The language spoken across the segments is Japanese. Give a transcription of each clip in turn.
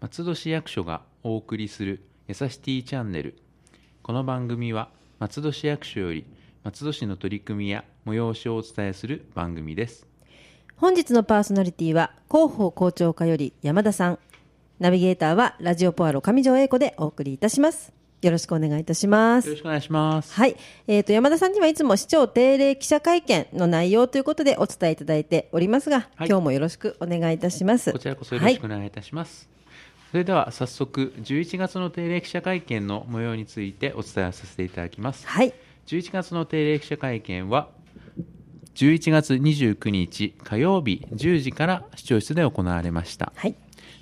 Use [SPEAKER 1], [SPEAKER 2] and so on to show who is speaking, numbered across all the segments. [SPEAKER 1] 松戸市役所がお送りする「やさしティーチャンネル」この番組は松戸市役所より松戸市の取り組みや催しをお伝えする番組です
[SPEAKER 2] 本日のパーソナリティは広報校長課より山田さんナビゲーターはラジオポアロ上条英子でお送りいたしますよろしくお願いいたしま
[SPEAKER 1] よろ
[SPEAKER 2] す
[SPEAKER 1] しくお願いします
[SPEAKER 2] はい、えー、と山田さんにはいつも市長定例記者会見の内容ということでお伝えいただいておりますが、
[SPEAKER 1] はい
[SPEAKER 2] 今日もよろしくお願いいたします
[SPEAKER 1] こちらこそよろしく
[SPEAKER 2] は
[SPEAKER 1] お願いいたします、それでは早速11月の定例記者会見の模様についてお伝えさせていただきます
[SPEAKER 2] い、はい、
[SPEAKER 1] 11月の定例記者会見は11月29日火曜日10時から市長室で行われました
[SPEAKER 2] はい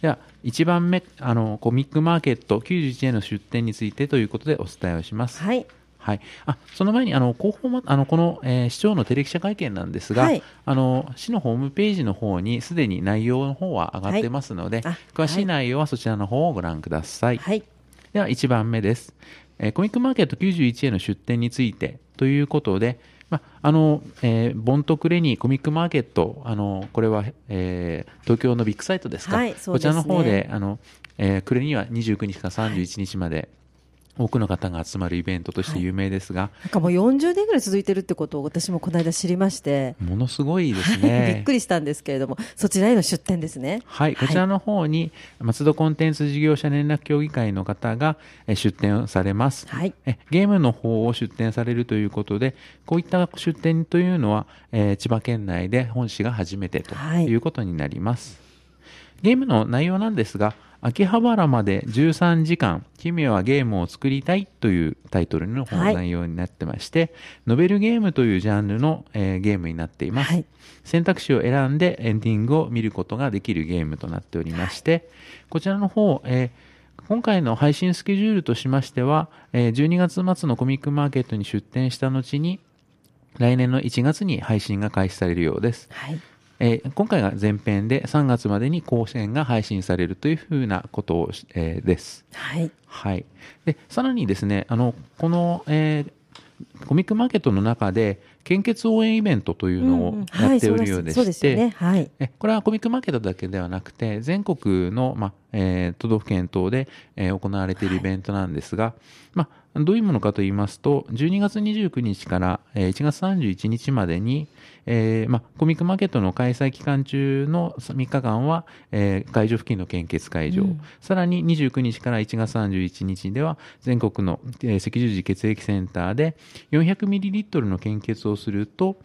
[SPEAKER 1] では1番目あのコミックマーケット91への出店についてということでお伝えをします、
[SPEAKER 2] はい
[SPEAKER 1] はい、あその前にあの広報まあのこの、えー市長のテレ記者会見なんですが、
[SPEAKER 2] はい
[SPEAKER 1] あの市のホームページの方にすでに内容の方は上がってますので、
[SPEAKER 2] はいあ
[SPEAKER 1] 詳しい内容はそちらの方をご覧ください、
[SPEAKER 2] はい
[SPEAKER 1] では1番目です、えーコミックマーケット91への出店についてということで、まああのえー、ボントクレニーコミックマーケットあのこれは、えー東京のビッグサイトですか、
[SPEAKER 2] はいそう
[SPEAKER 1] こち
[SPEAKER 2] です
[SPEAKER 1] ら
[SPEAKER 2] ね
[SPEAKER 1] の方であの、えークレニーは29日から31日まで多くの方が集まるイベントとして有名ですが、
[SPEAKER 2] なんかもう40年ぐらい続いてるってことを私もこの間知りまして、
[SPEAKER 1] ものすごいです
[SPEAKER 2] び
[SPEAKER 1] ね。
[SPEAKER 2] っくりしたんですけれどもそちらへの出店ですね
[SPEAKER 1] はい、こちらの方に松戸コンテンツ事業者連絡協議会の方がえー出展をされます、
[SPEAKER 2] はい
[SPEAKER 1] えゲームの方を出展されるということでこういった出展というのは、えー千葉県内で本市が初めてと
[SPEAKER 2] はい
[SPEAKER 1] いうことになります、ゲームの内容なんですが秋葉原まで13時間君はゲームを作りたいというタイトルの方の内容になってまして、ノベルゲームというジャンルの、えーゲームになっています、
[SPEAKER 2] はい
[SPEAKER 1] 選択肢を選んでエンディングを見ることができるゲームとなっておりまして、こちらの方、えー今回の配信スケジュールとしましては、えー12月末のコミックマーケットに出展した後に、来年の1月に配信が開始されるようです。
[SPEAKER 2] はい
[SPEAKER 1] えー今回が前編で3月までに後編が配信されるというふうなことをし、えーです。
[SPEAKER 2] はい
[SPEAKER 1] はい、でさらにですねあのこの、えーコミックマーケットの中で献血応援イベントというの
[SPEAKER 2] う
[SPEAKER 1] を
[SPEAKER 2] んうん
[SPEAKER 1] やってお
[SPEAKER 2] は
[SPEAKER 1] る
[SPEAKER 2] い
[SPEAKER 1] ようで
[SPEAKER 2] そうで
[SPEAKER 1] し
[SPEAKER 2] すよね
[SPEAKER 1] て
[SPEAKER 2] はい
[SPEAKER 1] えこれはコミックマーケットだけではなくて全国の、まあえー都道府県等で、えー行われているイベントなんですが、まあ、どういうものかと言いますと12月29日から、えー1月31日までに、えーまあ、コミックマーケットの開催期間中の3日間は、えー会場付近の献血会場、
[SPEAKER 2] うん
[SPEAKER 1] さらに29日から1月31日では全国の、えー赤十字血液センターで 400ml の献血をすると、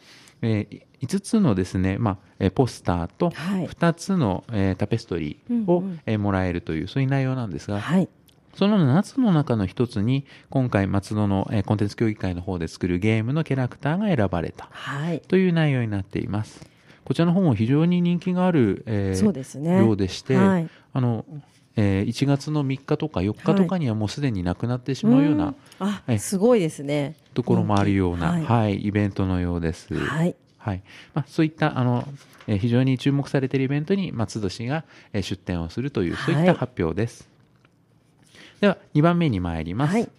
[SPEAKER 1] えー5つのですね、まあえーポスターと
[SPEAKER 2] はい
[SPEAKER 1] 2つの、えータペストリーを、
[SPEAKER 2] うんうん
[SPEAKER 1] えーもらえるというそういう内容なんですが、
[SPEAKER 2] はい
[SPEAKER 1] その7つの中の1つに今回松戸の、えーコンテンツ協議会の方で作るゲームのキャラクターが選ばれた
[SPEAKER 2] はい
[SPEAKER 1] という内容になっています。こちらの方も非常に人気がある、えー
[SPEAKER 2] そうですね
[SPEAKER 1] ようでして、
[SPEAKER 2] はい
[SPEAKER 1] あのえー1月の3日とか4日とかにはもうすでになくなってしまうような
[SPEAKER 2] あ
[SPEAKER 1] え
[SPEAKER 2] すごいですね
[SPEAKER 1] ところもあるような、
[SPEAKER 2] はい
[SPEAKER 1] はい、イベントのようです。
[SPEAKER 2] はい
[SPEAKER 1] はいまあ、そういったあの、えー非常に注目されているイベントに松戸市が、えー出展をするというそういっ
[SPEAKER 2] は
[SPEAKER 1] た
[SPEAKER 2] い
[SPEAKER 1] 発表です、では2番目に参ります、
[SPEAKER 2] はい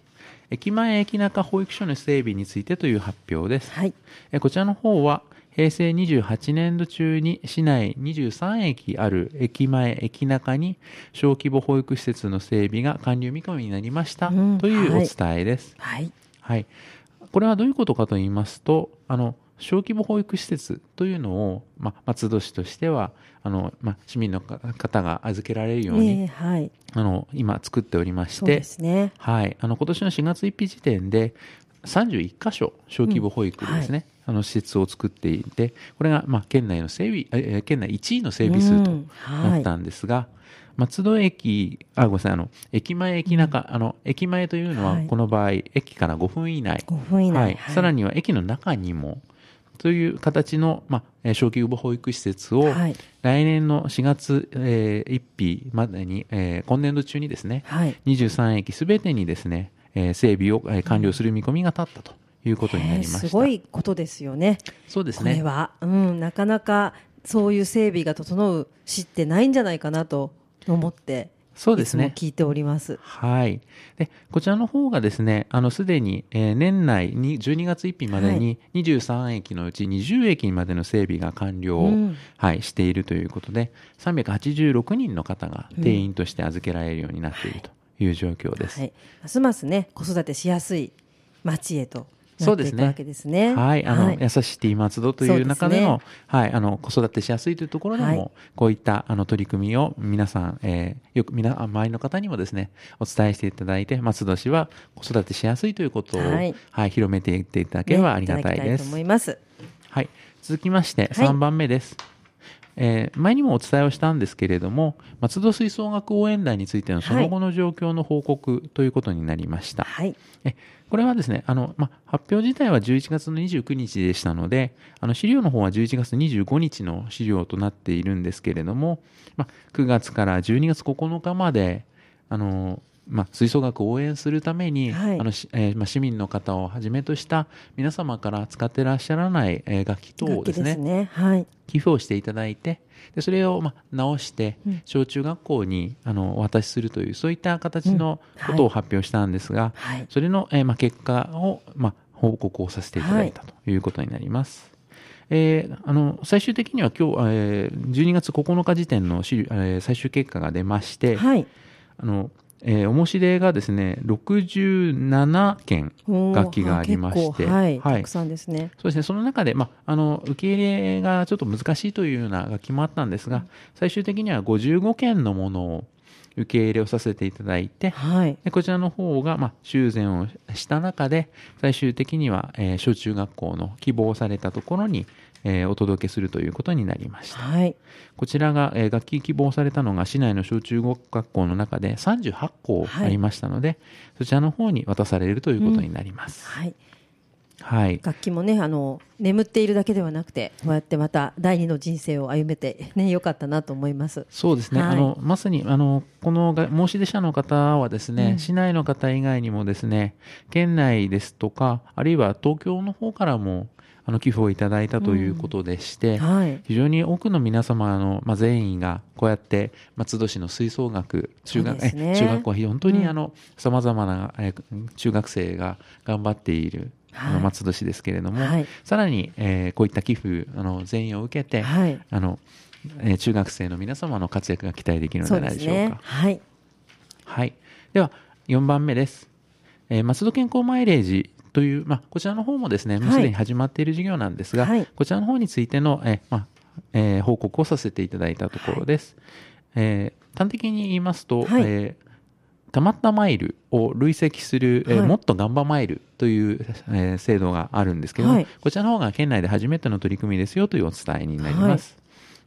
[SPEAKER 1] 駅前駅中保育所の整備についてという発表です、
[SPEAKER 2] はい
[SPEAKER 1] えーこちらの方は平成28年度中に市内23駅ある駅前駅中に小規模保育施設の整備が完了見込みになりました
[SPEAKER 2] うん
[SPEAKER 1] というお
[SPEAKER 2] はい
[SPEAKER 1] 伝えです、
[SPEAKER 2] はい
[SPEAKER 1] はい、これはどういうことかと言いますとあの小規模保育施設というのを、まあ、松戸市としてはあの、まあ、市民のか方が預けられるように、
[SPEAKER 2] ええはい
[SPEAKER 1] あの今作っておりまし
[SPEAKER 2] そうで
[SPEAKER 1] て、
[SPEAKER 2] すね
[SPEAKER 1] はい、あの今年の4月1日時点で31箇所小規模保育ですね、あの施設を作っていてこれが、まあ、県内の整備ええ県内1位の整備数と
[SPEAKER 2] うんは
[SPEAKER 1] ないったんですが、松戸駅あごめんなさいあの駅前駅中、あの駅前というのは
[SPEAKER 2] はい
[SPEAKER 1] この場合、駅から5分以内
[SPEAKER 2] 5分以内
[SPEAKER 1] はい、さら
[SPEAKER 2] に
[SPEAKER 1] には駅の中にもという形の、まあえー、小規模保育施設を
[SPEAKER 2] はい
[SPEAKER 1] 来年の4月、え1日までに、えー今年度中にですね
[SPEAKER 2] はい
[SPEAKER 1] 23駅すべてにですね、えー整備を、えー完了する見込みが立ったということになりました、
[SPEAKER 2] ええすごいことですよね
[SPEAKER 1] そうです
[SPEAKER 2] これ
[SPEAKER 1] ね
[SPEAKER 2] は、うん、なかなかそういう整備が整う市ってないんじゃないかなと思って
[SPEAKER 1] そうですね
[SPEAKER 2] いつも聞いております。
[SPEAKER 1] はい。で、こちらの方がですね、あの、すでに、えー年内に、12月1日までに、23駅のうち20駅までの整備が完了、
[SPEAKER 2] うん
[SPEAKER 1] はい、しているということで、386人の方が定員として預けられるようになっているという状況です。
[SPEAKER 2] はい、ますますね子育てしやすい町へとな
[SPEAKER 1] そう
[SPEAKER 2] って
[SPEAKER 1] で
[SPEAKER 2] い
[SPEAKER 1] す
[SPEAKER 2] く
[SPEAKER 1] ね
[SPEAKER 2] わけですね。
[SPEAKER 1] はい、あの、
[SPEAKER 2] はい
[SPEAKER 1] 優しいシティ松戸という中で
[SPEAKER 2] そう
[SPEAKER 1] の
[SPEAKER 2] で
[SPEAKER 1] はい、あの、子育てしやすいというところでも、
[SPEAKER 2] はい
[SPEAKER 1] こういった、あの、取り組みを皆さん、えーよく、皆、あ周りの方にもですね、お伝えしていただいて、松戸市は子育てしやすいということを、は
[SPEAKER 2] はいい、
[SPEAKER 1] 広めていっていただければありがたい
[SPEAKER 2] ねだき
[SPEAKER 1] で
[SPEAKER 2] と
[SPEAKER 1] す。
[SPEAKER 2] 思います。
[SPEAKER 1] はい、続きまして、
[SPEAKER 2] はい
[SPEAKER 1] 3番目です。えー前にもお伝えをしたんですけれども、松戸吹奏楽応援団についてのその後の状況の報告ということになりました。
[SPEAKER 2] はい、
[SPEAKER 1] えこれはですねあの、ま、発表自体は11月の29日でしたのであの資料の方は11月25日の資料となっているんですけれども、ま、9月から12月9日まであの、ま、吹奏楽を応援するために、
[SPEAKER 2] はい
[SPEAKER 1] あのしえーま、市民の方をはじめとした皆様から使ってらっしゃらない、えー楽器等をですね
[SPEAKER 2] 楽器ねはい、
[SPEAKER 1] 寄付をしていただいてでそれをまあ直して
[SPEAKER 2] うん
[SPEAKER 1] 小中学校にあのお渡しするというそういった形の
[SPEAKER 2] うん
[SPEAKER 1] ことを
[SPEAKER 2] は
[SPEAKER 1] 発表したんですが、
[SPEAKER 2] はい
[SPEAKER 1] それの、えーまあ、結果を、まあ、報告をさせていただいたということになります。えーあの最終的には今日、えー12月9日時点の資料、えー最終結果が出まして、
[SPEAKER 2] はい、
[SPEAKER 1] あのえーお申し出がですね67件
[SPEAKER 2] おー
[SPEAKER 1] 楽器がありまして
[SPEAKER 2] 結構はい、
[SPEAKER 1] はい
[SPEAKER 2] たくさんですね。
[SPEAKER 1] そうですね、その中で、まあ、あの受け入れがちょっと難しいというような楽器もあったんですが、最終的には55件のものを受け入れをさせていただいて、
[SPEAKER 2] はい、
[SPEAKER 1] でこちらの方が、まあ、修繕をした中で、最終的には、えー小中学校の希望されたところに、えーお届けするということになりました。
[SPEAKER 2] はい、
[SPEAKER 1] こちらが、えー楽器希望されたのが市内の小中学校の中で38校ありましたので、そちらの方に渡されるということになります。
[SPEAKER 2] はい、
[SPEAKER 1] はい。
[SPEAKER 2] 楽器もねあの眠っているだけではなくてこうやってまた第二の人生を歩めてね良かったなと思います。
[SPEAKER 1] そうですね、
[SPEAKER 2] はい
[SPEAKER 1] あのまさにあのこのが申し出者の方はですね、市内の方以外にもですね県内ですとかあるいは東京の方からもあの寄付をいただいたということでして、
[SPEAKER 2] はい、
[SPEAKER 1] 非常に多くの皆様の、まあ、善意がこうやって松戸市の吹奏楽中学,、
[SPEAKER 2] そうですね
[SPEAKER 1] え 中学校は本当に
[SPEAKER 2] うん
[SPEAKER 1] あのさまざまなえ中学生が頑張っている、あ
[SPEAKER 2] は
[SPEAKER 1] の
[SPEAKER 2] い
[SPEAKER 1] 松戸市ですけれども、
[SPEAKER 2] はい
[SPEAKER 1] さらに、えーこういった寄付あの善意を受けて、
[SPEAKER 2] はい、
[SPEAKER 1] あの、えー中学生の皆様の活躍が期待できるので
[SPEAKER 2] そ
[SPEAKER 1] は
[SPEAKER 2] うで
[SPEAKER 1] ない
[SPEAKER 2] す
[SPEAKER 1] でしょう
[SPEAKER 2] ね
[SPEAKER 1] か。。
[SPEAKER 2] はい、
[SPEAKER 1] はい。では、4番目です。えー松戸健康マイレージという、まあ、こちらの方もですね、もうすでに始まっている事業なんですが、
[SPEAKER 2] はい
[SPEAKER 1] こちらの方についての、えーまあえー報告をさせていただいたところです。えー端的に言いますと、
[SPEAKER 2] はい
[SPEAKER 1] えーたまったマイルを累積する、えー
[SPEAKER 2] はい
[SPEAKER 1] もっと頑張マイルという、えー制度があるんですけども、
[SPEAKER 2] はい
[SPEAKER 1] こちらの方が県内で初めての取り組みですよというお伝えになります。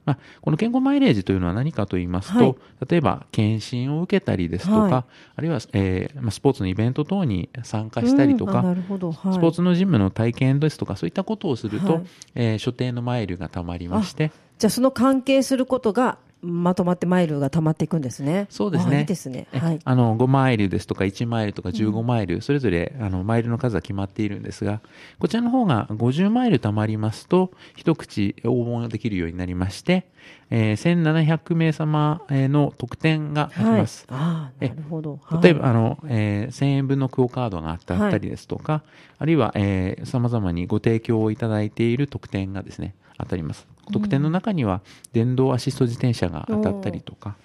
[SPEAKER 1] まあ、この健康マイレージというのは何かと言いますと、
[SPEAKER 2] はい
[SPEAKER 1] 例えば検診を受けたりですとか、
[SPEAKER 2] はい
[SPEAKER 1] あるいは、えーまあ、スポーツのイベント等に参加したりと
[SPEAKER 2] うんあ
[SPEAKER 1] か、
[SPEAKER 2] なるほど、はい、
[SPEAKER 1] スポーツのジムの体験ですとかそういったことをすると、
[SPEAKER 2] はい
[SPEAKER 1] えー所定のマイルがたまりまして
[SPEAKER 2] じゃあその関係することがまとまってマイルが溜まっていくんですね。
[SPEAKER 1] そうですね
[SPEAKER 2] あいいですね。
[SPEAKER 1] え
[SPEAKER 2] はい。
[SPEAKER 1] あの5マイルですとか1マイルとか15マイル、それぞれあのマイルの数は決まっているんですがこちらの方が50マイルたまりますと一口応募ができるようになりまして、えー1700名様えーの特典があり
[SPEAKER 2] はい
[SPEAKER 1] ます。
[SPEAKER 2] ああ、なるほど。はい
[SPEAKER 1] 例えば、あの、えー1000円分のクオカードがあった
[SPEAKER 2] はい
[SPEAKER 1] あったりですとか、あるいは、えー、様々にご提供をいただいている特典がですね、当たります。特典の中には、電動アシスト自転車が当たったりとか、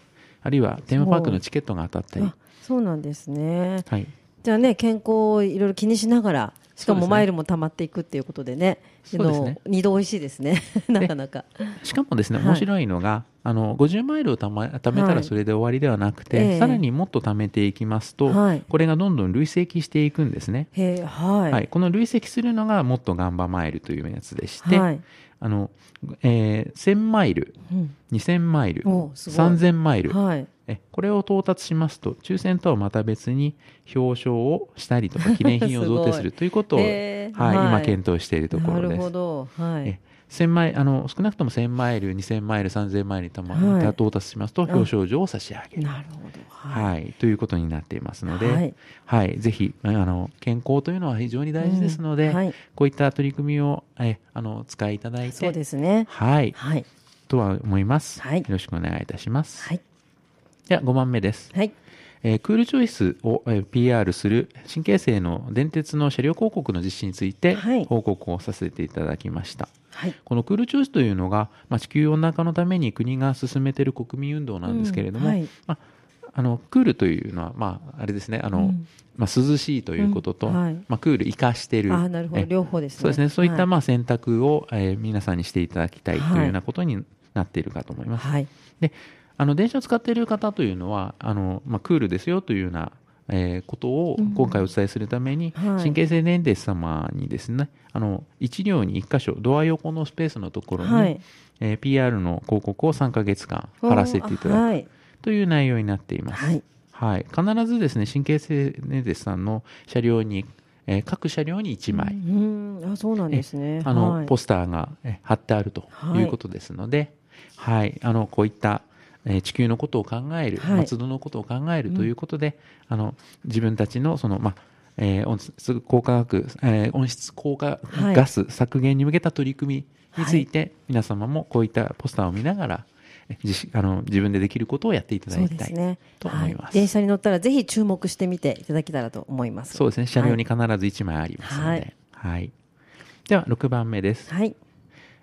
[SPEAKER 1] あるいは、テーマパークのチケットが当たったり
[SPEAKER 2] あ、そうなんですね。
[SPEAKER 1] はい。
[SPEAKER 2] じゃあね、健康をいろいろ気にしながら、し
[SPEAKER 1] そ
[SPEAKER 2] か
[SPEAKER 1] うで
[SPEAKER 2] も
[SPEAKER 1] すね
[SPEAKER 2] マイルも溜まっていくっていうことでね、
[SPEAKER 1] そうですね
[SPEAKER 2] あの二度美味しいです ね。なかなか。
[SPEAKER 1] しかもですね、
[SPEAKER 2] はい
[SPEAKER 1] 面白いのが、あの、50マイルをたま、貯めた
[SPEAKER 2] は
[SPEAKER 1] ら
[SPEAKER 2] い
[SPEAKER 1] それで終わりではなくて、
[SPEAKER 2] ええ
[SPEAKER 1] さらにもっと貯めていきますと、
[SPEAKER 2] はい
[SPEAKER 1] これがどんどん累積していくんですね。
[SPEAKER 2] へえ、はい。
[SPEAKER 1] はい、この累積するのがもっとガンバマイルというやつでして、
[SPEAKER 2] はい
[SPEAKER 1] あのえー1000マイル、
[SPEAKER 2] うん
[SPEAKER 1] 2000マイル、
[SPEAKER 2] おうすごい
[SPEAKER 1] 3000マイル、
[SPEAKER 2] はい。
[SPEAKER 1] えこれを到達しますと、抽選とはまた別に表彰をしたりと か、記念品を贈呈す
[SPEAKER 2] すご
[SPEAKER 1] る
[SPEAKER 2] い
[SPEAKER 1] ということを、
[SPEAKER 2] へー
[SPEAKER 1] はい、
[SPEAKER 2] はい
[SPEAKER 1] 今、検討しているとこ
[SPEAKER 2] な
[SPEAKER 1] ろ
[SPEAKER 2] る
[SPEAKER 1] で
[SPEAKER 2] ほ
[SPEAKER 1] す。
[SPEAKER 2] ど。はい
[SPEAKER 1] え。1000マイルあの少なくとも1000マイル、2000マイル、3000マイルにたま、
[SPEAKER 2] はい
[SPEAKER 1] 到達しますと、表彰状を差し上げる。
[SPEAKER 2] なるほど。はい。
[SPEAKER 1] はい、ということになっていますので、は
[SPEAKER 2] はいい
[SPEAKER 1] ぜひあの健康というのは非常に大事ですので、
[SPEAKER 2] うんはい
[SPEAKER 1] こういった取り組みをえあの使いいただいて
[SPEAKER 2] そうですね。
[SPEAKER 1] はい、
[SPEAKER 2] はい。
[SPEAKER 1] とは思います、
[SPEAKER 2] はい
[SPEAKER 1] よろしくお願いいたします。
[SPEAKER 2] はい。
[SPEAKER 1] では5番目です。
[SPEAKER 2] はい。
[SPEAKER 1] えークールチョイスを、えー PR する新京成の電鉄の車両広告の実施について
[SPEAKER 2] はい
[SPEAKER 1] 報告をさせていただきました。
[SPEAKER 2] はい。
[SPEAKER 1] このクールチョイスというのが、まあ、地球温暖化のために国が進めている国民運動なんですけれども、
[SPEAKER 2] うんはい
[SPEAKER 1] まあ、あのクールというのは、まあ、あれですねあの、
[SPEAKER 2] うん
[SPEAKER 1] まあ、涼しいということと、
[SPEAKER 2] うんはい
[SPEAKER 1] まあ、クール生かしている
[SPEAKER 2] ああ、なるほど。
[SPEAKER 1] え
[SPEAKER 2] 両方ですね。
[SPEAKER 1] そうですねそういった、
[SPEAKER 2] は
[SPEAKER 1] まあ、選択を、えー皆さんにしていただきたいと
[SPEAKER 2] は
[SPEAKER 1] い
[SPEAKER 2] い
[SPEAKER 1] うようなことになっているかと思います。
[SPEAKER 2] はい。
[SPEAKER 1] であの電車を使っている方というのはあの、まあ、クールですよというような、えーことを
[SPEAKER 2] うん
[SPEAKER 1] 今回お伝えするために、
[SPEAKER 2] はい
[SPEAKER 1] 神経性電鉄様にですねあの1両に1箇所ドア横のスペースのところに、
[SPEAKER 2] はい。
[SPEAKER 1] えー PR の広告を3ヶ月間貼らせていただく、
[SPEAKER 2] はい。
[SPEAKER 1] という内容になっています、
[SPEAKER 2] はい。
[SPEAKER 1] はい、必ずですね神経性電鉄さんの車両に、えー各車両に1枚、
[SPEAKER 2] うん。うんあ、そうなんですね。
[SPEAKER 1] あの、
[SPEAKER 2] はい
[SPEAKER 1] ポスターがえ貼ってあるということですので、はい、あのこういったえー地球のことを考える、
[SPEAKER 2] はい
[SPEAKER 1] 松戸のことを考えるということで、あの自分たちのそのまあえー温室効果学、えー温室効果
[SPEAKER 2] はい
[SPEAKER 1] ガス削減に向けた取り組みについて、皆様もこういったポスターを見ながらえ自しあの自分でできることをやっていただ
[SPEAKER 2] そう
[SPEAKER 1] き
[SPEAKER 2] で
[SPEAKER 1] たい
[SPEAKER 2] すね。
[SPEAKER 1] と思います
[SPEAKER 2] 電車に乗ったらぜひ注目してみていただけたらと思います。
[SPEAKER 1] そうですね車両に必ず1枚ありますので、
[SPEAKER 2] はい
[SPEAKER 1] はい、では6番目です
[SPEAKER 2] はい。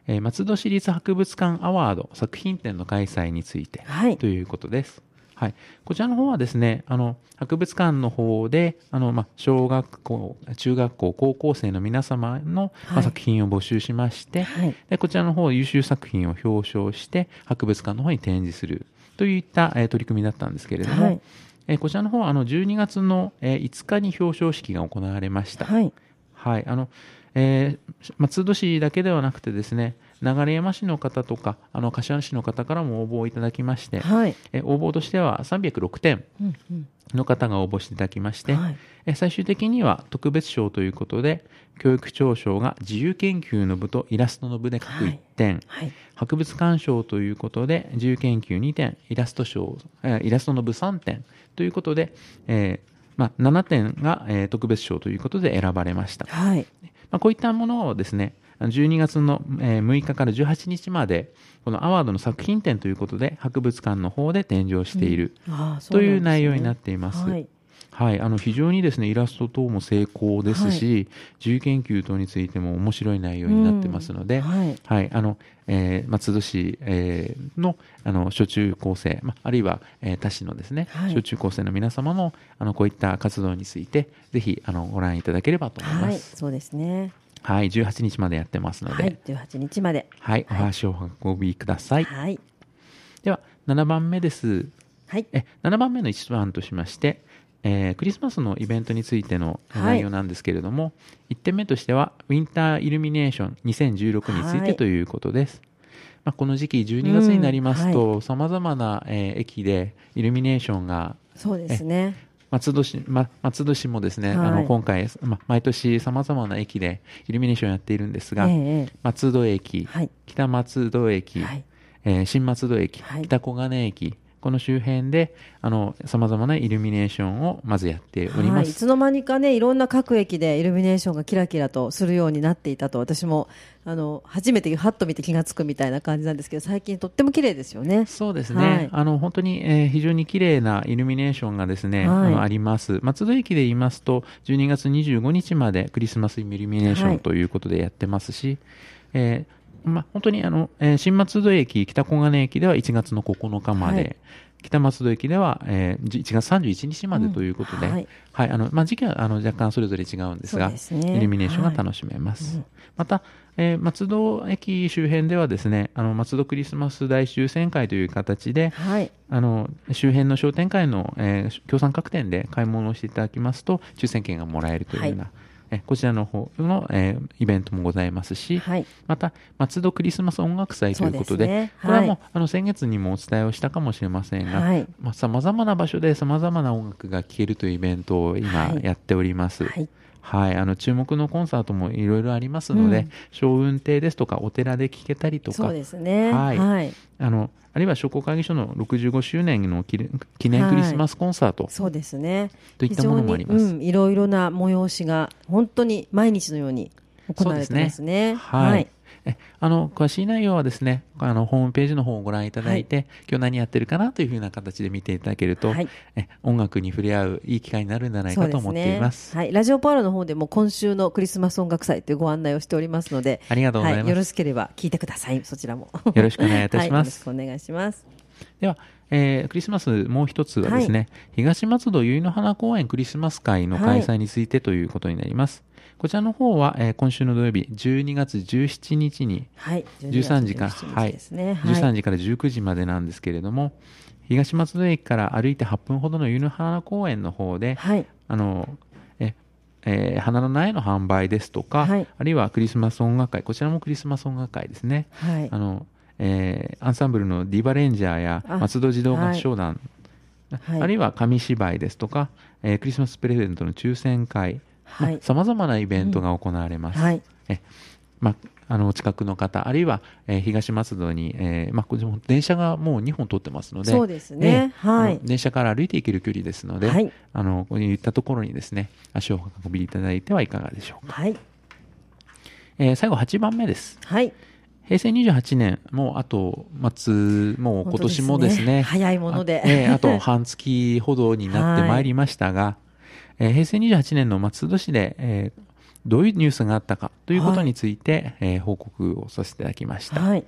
[SPEAKER 1] えー松戸市立博物館アワード作品展の開催について
[SPEAKER 2] はい
[SPEAKER 1] と。いうことです。はい、こちらの方はですねあの博物館の方であの、まあ、小学校中学校高校生の皆様の、まあ
[SPEAKER 2] はい
[SPEAKER 1] 作品を募集しまして、
[SPEAKER 2] はい。
[SPEAKER 1] でこちらの方優秀作品を表彰して博物館の方に展示するといった、えー取り組みだったんですけれども、
[SPEAKER 2] はい。
[SPEAKER 1] えーこちらの方はあの12月の、えー5日に表彰式が行われました。
[SPEAKER 2] はい。
[SPEAKER 1] はい、あの、えー松戸市だけではなくてですね、流山市の方とか、あの柏市の方からも応募をいただきまして、
[SPEAKER 2] はい。
[SPEAKER 1] えー応募としては306点
[SPEAKER 2] うんうん
[SPEAKER 1] の方が応募していただきまして、
[SPEAKER 2] はい
[SPEAKER 1] えー最終的には特別賞ということで、教育長賞が自由研究の部とイラストの部で各1点、
[SPEAKER 2] はい。
[SPEAKER 1] 博物館賞ということで自由研究2点イラスト賞、えーイラストの部3点ということで、えーまあ、7点が、えー特別賞ということで選ばれました、ま
[SPEAKER 2] はい。
[SPEAKER 1] あ、こういったものをですね12月のえー6日から18日までこのアワードの作品展ということで博物館の方で展示をしている、
[SPEAKER 2] ああ、そ
[SPEAKER 1] と
[SPEAKER 2] なんですね
[SPEAKER 1] いう内容になっています、
[SPEAKER 2] はい。
[SPEAKER 1] はい、あの非常にですねイラスト等も成功ですし、自由研究等についても面白い内容になってますので、
[SPEAKER 2] うんはい。
[SPEAKER 1] はい、あの、えー松戸市、えーの、あの、小中高生、ま、あるいは、えー他市のですね、
[SPEAKER 2] はい
[SPEAKER 1] 小中高生の皆様の、あの、こういった活動について、ぜひ、あの、ご覧いただければと思いま
[SPEAKER 2] はい。
[SPEAKER 1] す。
[SPEAKER 2] そうですね。
[SPEAKER 1] はい、18日までやってますので、
[SPEAKER 2] は
[SPEAKER 1] はい
[SPEAKER 2] い。、18日まで。
[SPEAKER 1] お足をお運びください。
[SPEAKER 2] はい。
[SPEAKER 1] では、7番目です。
[SPEAKER 2] はい。
[SPEAKER 1] え、7番目の一番としまして、えークリスマスのイベントについての
[SPEAKER 2] はい
[SPEAKER 1] 内容なんですけれども、1点目としては、ウィンターイルミネーション2016につい
[SPEAKER 2] はい
[SPEAKER 1] てということです。まあ、この時期、12月になります
[SPEAKER 2] う
[SPEAKER 1] と、さまざまな、えー駅でイルミネーションが
[SPEAKER 2] そうですね。
[SPEAKER 1] 松戸市、ま、松戸市もですね、
[SPEAKER 2] はい
[SPEAKER 1] あの今回、ま、毎年さまざまな駅でイルミネーションやっているんですが、
[SPEAKER 2] えええ
[SPEAKER 1] 松戸
[SPEAKER 2] え
[SPEAKER 1] 駅、
[SPEAKER 2] はい。
[SPEAKER 1] 北松戸駅、
[SPEAKER 2] はい。
[SPEAKER 1] えー新松戸駅、
[SPEAKER 2] はい
[SPEAKER 1] 北小金駅、この周辺で、あの、様々なイルミネーションをまずやっておりま
[SPEAKER 2] はい、い
[SPEAKER 1] す。
[SPEAKER 2] つの間にかねいろんな各駅でイルミネーションがキラキラとするようになっていたと私もあの初めてハッと見て気がつくみたいな感じなんですけど最近とっても綺麗ですよね。
[SPEAKER 1] そうですね、
[SPEAKER 2] はい
[SPEAKER 1] あの本当に、えー非常に綺麗なイルミネーションがですね、
[SPEAKER 2] はい
[SPEAKER 1] あのあります松戸駅で言いますと12月25日までクリスマスイルミネーシ
[SPEAKER 2] は
[SPEAKER 1] ョ
[SPEAKER 2] い
[SPEAKER 1] ンということでやってますし、えーまあ、本当にあの、えー新松戸駅北小金駅では1月の9日まで、
[SPEAKER 2] はい
[SPEAKER 1] 北松戸駅では、えー、1月31日までということで、
[SPEAKER 2] うんはい
[SPEAKER 1] はいあのまあ、時期はあの若干それぞれ違うんです
[SPEAKER 2] そう
[SPEAKER 1] が
[SPEAKER 2] ですね
[SPEAKER 1] イルミネーションが楽しめます、また、えー松戸駅周辺ではですねあの松戸クリスマス大抽選会という形で
[SPEAKER 2] はい、
[SPEAKER 1] あの周辺の商店会の、えー協賛各店で買い物をしていただきますと抽選券がもらえるというような、えこちらの方の、えーイベントもございますし、
[SPEAKER 2] はい
[SPEAKER 1] また松戸クリスマス音楽祭ということ
[SPEAKER 2] そうで
[SPEAKER 1] で、
[SPEAKER 2] すねは
[SPEAKER 1] これ
[SPEAKER 2] い
[SPEAKER 1] はもうあの先月にもお伝えをしたかもしれませんが、
[SPEAKER 2] はい
[SPEAKER 1] まあ、さまざまな場所でさまざまな音楽が聴けるというイベントを今
[SPEAKER 2] はい
[SPEAKER 1] やっております。
[SPEAKER 2] はい
[SPEAKER 1] はい、あの注目のコンサートもいろいろありますの
[SPEAKER 2] う
[SPEAKER 1] で
[SPEAKER 2] ん、
[SPEAKER 1] 小雲亭ですとかお寺で聴けたりと
[SPEAKER 2] そう
[SPEAKER 1] か、
[SPEAKER 2] ですねは、
[SPEAKER 1] はいいあのあるいは商工会議所の65周年の記念記
[SPEAKER 2] は
[SPEAKER 1] 念
[SPEAKER 2] い
[SPEAKER 1] クリスマスコンサート
[SPEAKER 2] そうですね
[SPEAKER 1] といったものもあります。
[SPEAKER 2] 非常にうん、いろいろな催しが本当に毎日のように行われてますね
[SPEAKER 1] はい、
[SPEAKER 2] はい、
[SPEAKER 1] えあの詳しい内容はですねあのホームページの方をご覧いただいて、今日何やってるかなというふうな形で見ていただけると、
[SPEAKER 2] はい
[SPEAKER 1] え音楽に触れ合ういい機会になるんじゃないかと思っています。
[SPEAKER 2] はい、ラジオポアロの方でも今週のクリスマス音楽祭というご案内をしておりますので、
[SPEAKER 1] ありがとうございます
[SPEAKER 2] はよろしければ聞いてください。そちらも
[SPEAKER 1] よろしくお願いいたします
[SPEAKER 2] はよろしくお願いします。
[SPEAKER 1] では、えークリスマスもう一つはですね、東松戸由比の花公園クリスマス会の開催についてということになります。こちらの方は、えー今週の土曜日12月17日に
[SPEAKER 2] はい、
[SPEAKER 1] 13時から、
[SPEAKER 2] 17ですね。
[SPEAKER 1] はい、13時から19時までなんですけれども、東松戸駅から歩いて8分ほどの湯の花公園の方で、
[SPEAKER 2] はい、
[SPEAKER 1] あのええー花の苗の販売ですとか、
[SPEAKER 2] はい
[SPEAKER 1] あるいはクリスマス音楽会こちらもクリスマス音楽会ですね、
[SPEAKER 2] はい、
[SPEAKER 1] あのえーアンサンブルのディバレンジャーや
[SPEAKER 2] あ
[SPEAKER 1] 松戸児童合唱団、
[SPEAKER 2] はい
[SPEAKER 1] あるいは紙芝居ですとか、えークリスマスプレゼントの抽選会
[SPEAKER 2] はい
[SPEAKER 1] さまざ、まなイベントが行われます、
[SPEAKER 2] はい、
[SPEAKER 1] えまあのお近くの方あるいは、えー東松戸に、えーまあ、これも電車がもう2本通ってますので
[SPEAKER 2] そうですねはい
[SPEAKER 1] あの電車から歩いて行ける距離ですので、
[SPEAKER 2] はい
[SPEAKER 1] あのこういったところにですね足をお運びいただいてはいかがでしょうか、
[SPEAKER 2] はい、
[SPEAKER 1] えー最後8番目です
[SPEAKER 2] はい、
[SPEAKER 1] 平成28年もうあと末もう今年もですね
[SPEAKER 2] 本当ですね早いもので
[SPEAKER 1] あ,、えーあ と半月ほどになってまいりましたが、えー平成28年の松戸市で、えーどういうニュースがあったかということについて、えー報告をさせていただきました、
[SPEAKER 2] はい、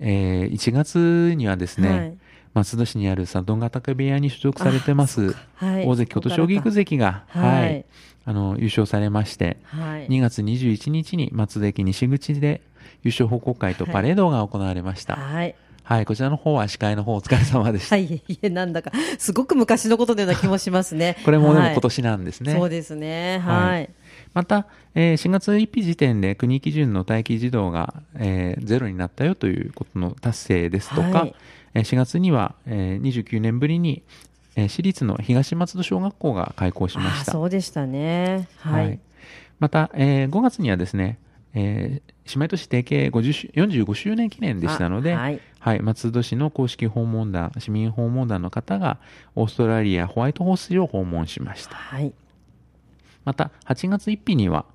[SPEAKER 1] えー1月にはですね、
[SPEAKER 2] はい
[SPEAKER 1] 松戸市にある佐渡ヶ嶽部屋に所属されてます、
[SPEAKER 2] あはい
[SPEAKER 1] 大関琴将棋関が、
[SPEAKER 2] そこからか
[SPEAKER 1] は
[SPEAKER 2] はい
[SPEAKER 1] いあの優勝されまして、
[SPEAKER 2] はい、
[SPEAKER 1] 2月21日に松戸駅西口で優勝報告会とパレードが行われました。はい、
[SPEAKER 2] はい、
[SPEAKER 1] こちらの方は司会の方お疲れ様でした。
[SPEAKER 2] はい、いえ、なんだか、すごく昔のことのような気もしますね
[SPEAKER 1] 。これもでも
[SPEAKER 2] はい
[SPEAKER 1] 今年なんですね。
[SPEAKER 2] そうですね、はい、
[SPEAKER 1] また、えー4月1日時点で国基準の待機児童が、えーゼロになったよということの達成ですとか、
[SPEAKER 2] はい
[SPEAKER 1] えー4月には、えー29年ぶりに、えー私立の東松戸小学校が開校しま
[SPEAKER 2] あ
[SPEAKER 1] した。
[SPEAKER 2] そうでしたね、は
[SPEAKER 1] はいい、、また、えー5月にはですね、えー姉妹都市提携50周45周年記念でしたので、
[SPEAKER 2] あはい
[SPEAKER 1] はい松戸市の公式訪問団市民訪問団の方がオーストラリアホワイトホース市を訪問しました
[SPEAKER 2] はい、
[SPEAKER 1] また8月1日には、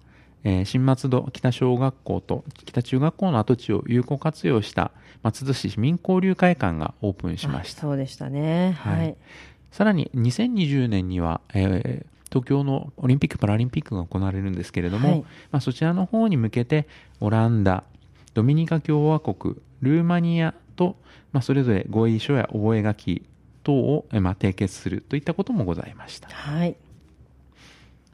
[SPEAKER 1] えー新松戸北小学校と北中学校の跡地を有効活用した松戸市市民交流会館がオープンしました
[SPEAKER 2] あそうでしたね、は
[SPEAKER 1] はいい、さらに2020年には、えー東京のオリンピック・パラリンピックが行われるんですけれども、
[SPEAKER 2] はい
[SPEAKER 1] まあ、そちらの方に向けてオランダドミニカ共和国ルーマニアと、まあ、それぞれ合意書や覚書等を、えーまあ、締結するといったこともございました
[SPEAKER 2] はい、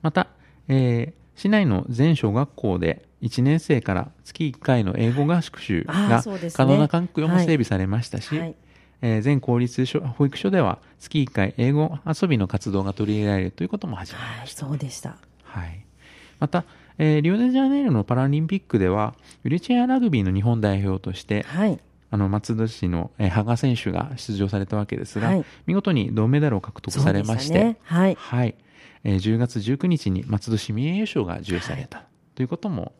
[SPEAKER 1] また、えー市内の全小学校で1年生から月1回の英語合宿習
[SPEAKER 2] あー
[SPEAKER 1] が
[SPEAKER 2] そうですね
[SPEAKER 1] 可能な環境も
[SPEAKER 2] はい
[SPEAKER 1] 整備されましたし、
[SPEAKER 2] はい
[SPEAKER 1] えー全公立小保育所では月1回英語遊びの活動が取り入れられるということも始まり
[SPEAKER 2] は
[SPEAKER 1] ま
[SPEAKER 2] い、
[SPEAKER 1] した。
[SPEAKER 2] そうでした。
[SPEAKER 1] はい、また、えーリオデジャネイロのパラリンピックでは、ウィルチェアラグビーの日本代表として、
[SPEAKER 2] はい、
[SPEAKER 1] あの松戸市の、えー、羽賀選手が出場されたわけですが、
[SPEAKER 2] はい
[SPEAKER 1] 見事に銅メダルを獲得されまして、
[SPEAKER 2] そうでたね、はい、
[SPEAKER 1] はいえー10月19日に松戸市民栄誉賞が授与された、ということも、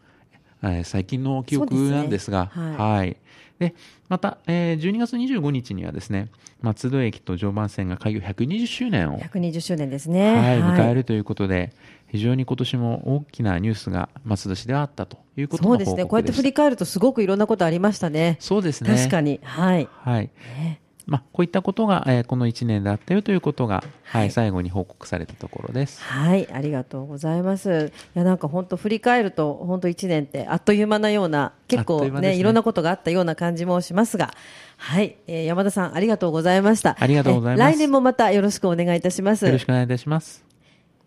[SPEAKER 1] えー最近の記憶なんですが
[SPEAKER 2] そうですね
[SPEAKER 1] はいでまた、えー12月25日にはですね松戸駅と常磐線が開業120周年を、はい
[SPEAKER 2] 120周年ですね。
[SPEAKER 1] 迎えるということで非常に今年も大きなニュースが松戸市ではあったということの
[SPEAKER 2] そ
[SPEAKER 1] 報告
[SPEAKER 2] うで
[SPEAKER 1] ですし
[SPEAKER 2] す
[SPEAKER 1] た
[SPEAKER 2] ね。こうやって振り返るとすごくいろんなことありましたね。
[SPEAKER 1] そうですね
[SPEAKER 2] 確かに、はい、
[SPEAKER 1] はい
[SPEAKER 2] ね
[SPEAKER 1] まあ、こういったことが、えーこの1年だったよということが、はい
[SPEAKER 2] はい
[SPEAKER 1] 最後に報告されたところです。
[SPEAKER 2] はい、ありがとうございます。いやなんか本当振り返ると本当一年ってあっという間なような結
[SPEAKER 1] あっと
[SPEAKER 2] 構
[SPEAKER 1] いう間
[SPEAKER 2] ね
[SPEAKER 1] ですね
[SPEAKER 2] いろんなことがあったような感じもしますが、はい、えー山田さんありがとうございました。
[SPEAKER 1] ありがとうございます
[SPEAKER 2] え来年もまたよろしくお願いいたします。
[SPEAKER 1] よろしくお願いいたします。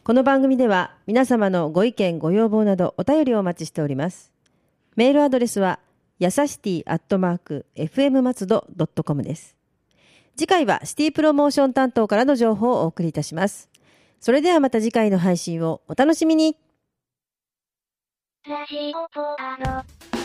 [SPEAKER 2] この番組では皆様のご意見ご要望などお便りをお待ちしておりますメールアドレスはやさしティアットマーク FM 松戸ドットコムです次回はシティプロモーション担当からの情報をお送りいたしますそれではまた次回の配信をお楽しみに
[SPEAKER 3] ラジオポアド。